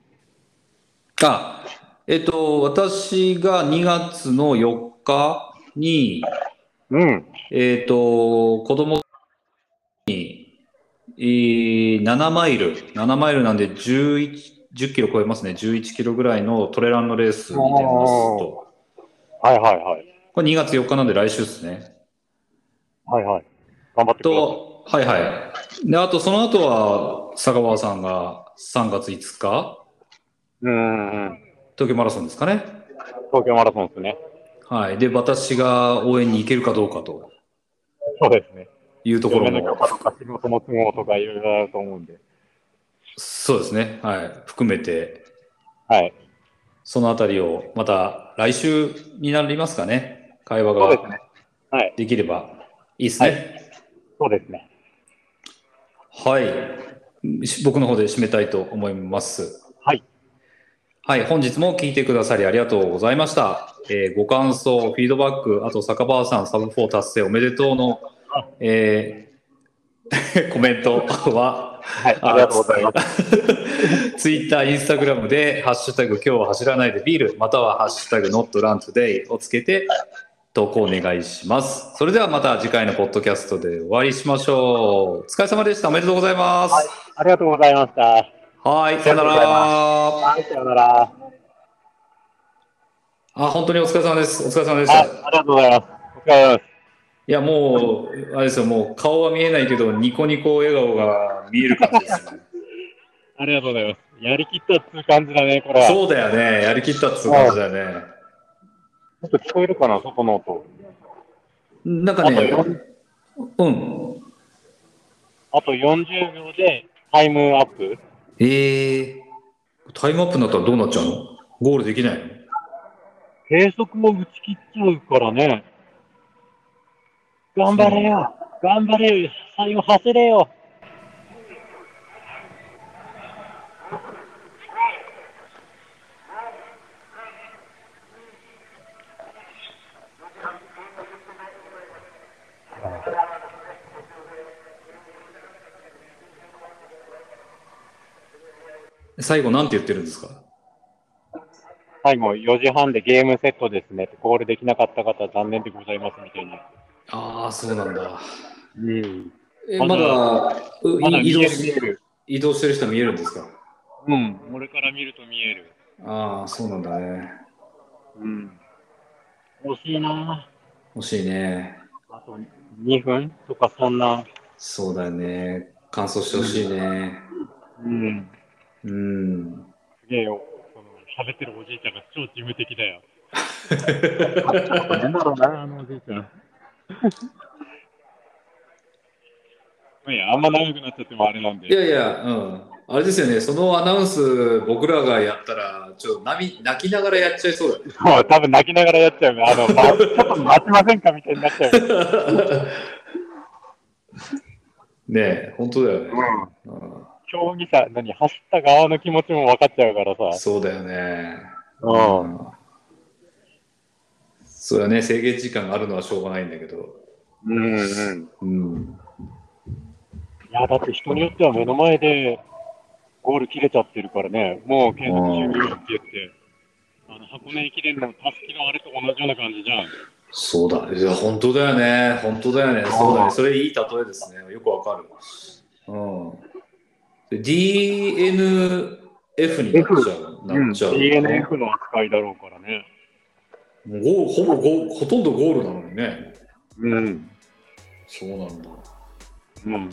A: あ、えっと、私が2月の4日に、
B: うん。
A: えっと、子供に、えー7マイル、7マイルなんで11、10キロ超えますね。11キロぐらいのトレランのレースに出ますと。
B: はいはいはい。
A: これ2月4日なんで来週ですね。
B: はいはい。頑張ってください。
A: と、はいはい。で、あとその後は、佐川さんが3月5日、
B: うんうん。
A: 東京マラソンですかね。
B: 東京マラソンですね。
A: はい。で、私が応援に行けるかどうかと
B: そうですね。
A: いうところ
B: 嫁の許
A: も、
B: 可とか仕事の都合とかいろいろあると思うんで。
A: そうですね。はい。含めて、
B: はい。
A: そのあたりを、また来週になりますかね。会話
B: そうで
A: が
B: すね。はい。
A: できればいいですね。
B: そうですね。
A: はい、し僕の方で締めたいと思います。
B: はい。
A: はい。本日も聞いてくださりありがとうございました。えーご感想、フィードバック、あと、坂場さん、サブ4達成おめでとうの、えー コメントは、
B: はい。ありがとうございます。
A: ツイッター、インスタグラムで、ハッシュタグ、今日は走らないでビール、またはハッシュタグ、not run today をつけて、投稿お願いします。それではまた次回のポッドキャストでお会いしましょう。お疲れ様でした。おめでとうございます。
B: ありがとうございました。
A: はい、さよな
B: ありがとうござい
A: ら。
B: はい、さよなら。あ
A: あ、本当にお疲れ様です。お疲れ様でした。い
B: ありがとうございます。お疲れ様です。
A: や、もう、あれですよ、もう顔は見えないけど、ニコニコ笑顔が見える感じですよね。
B: ありがとうございます。やりきったっつう感じだね、こ れは。
A: そうだよね。やりきったっつう感じだよね。
B: ちょっと聞こえるかな、外の音。
A: なんか
B: あと
A: ね、
B: よん
A: うん。
B: あと40秒でタイムアップ。
A: ええタイムアップになったらどうなっちゃうのゴールできないの
B: 計測も打ち切っちゃうからね。頑張れよ。頑張れよ。最後走れよ。
A: 最後なんて言ってるんですか
B: 最後4時半でゲームセットですね。ゴールできなかった方残念でございますみたいな。
A: ああ、そうなんだ。
B: うん。
A: え
B: ま
A: ま
B: だ
A: だう
B: まだ
A: 移
B: 見
A: 動
B: える見え
A: し
B: る。
A: 移動してる人見えるんですか
B: うん。俺から見ると見える。
A: ああ、そうなんだね。
B: うん。惜しいな
A: 惜しいね。
B: ぁあと2分とかそんな。
A: そうだよね。乾燥してほしいね。
B: うん。
A: うん。
B: すげえよ。その喋ってるおじいちゃんが超事務的だよ。なんだろうな、あのおじいちゃん。まあいいや、あんま長くなっちゃってもあれなん
A: い
B: で。
A: やいや、うん。あれですよね、そのアナウンス、僕らがやったら、ちょっと涙泣きながらやっちゃいそうだね。
B: もう多分泣きながらやっちゃうね。あの、ま、ちょっと待ちませんかみたいになっちゃ うよ。
A: ねえ、本当だよね。うん
B: 競技者、何、走った側の気持ちも分かっちゃうからさ。
A: そうだよね。
B: うん。うん。
A: それはね、制限時間があるのはしょうがないんだけど。
B: うん。
A: うん。
B: いや、だって人によっては目の前でゴール切れちゃってるからね、もう継続終了って言って、あの箱根駅伝のたすきのあれと同じような感じじゃん。
A: そうだ。いや、本当だよね。本当だよね。そうだね。それいい例えですね。よくわかる。うん。で DNF になっちゃう。なっちゃう。
B: DNF の扱いだろうからね。
A: もうゴールほぼゴールほとんどゴールなのにね。
B: うん。
A: そうなんだ。
B: うん。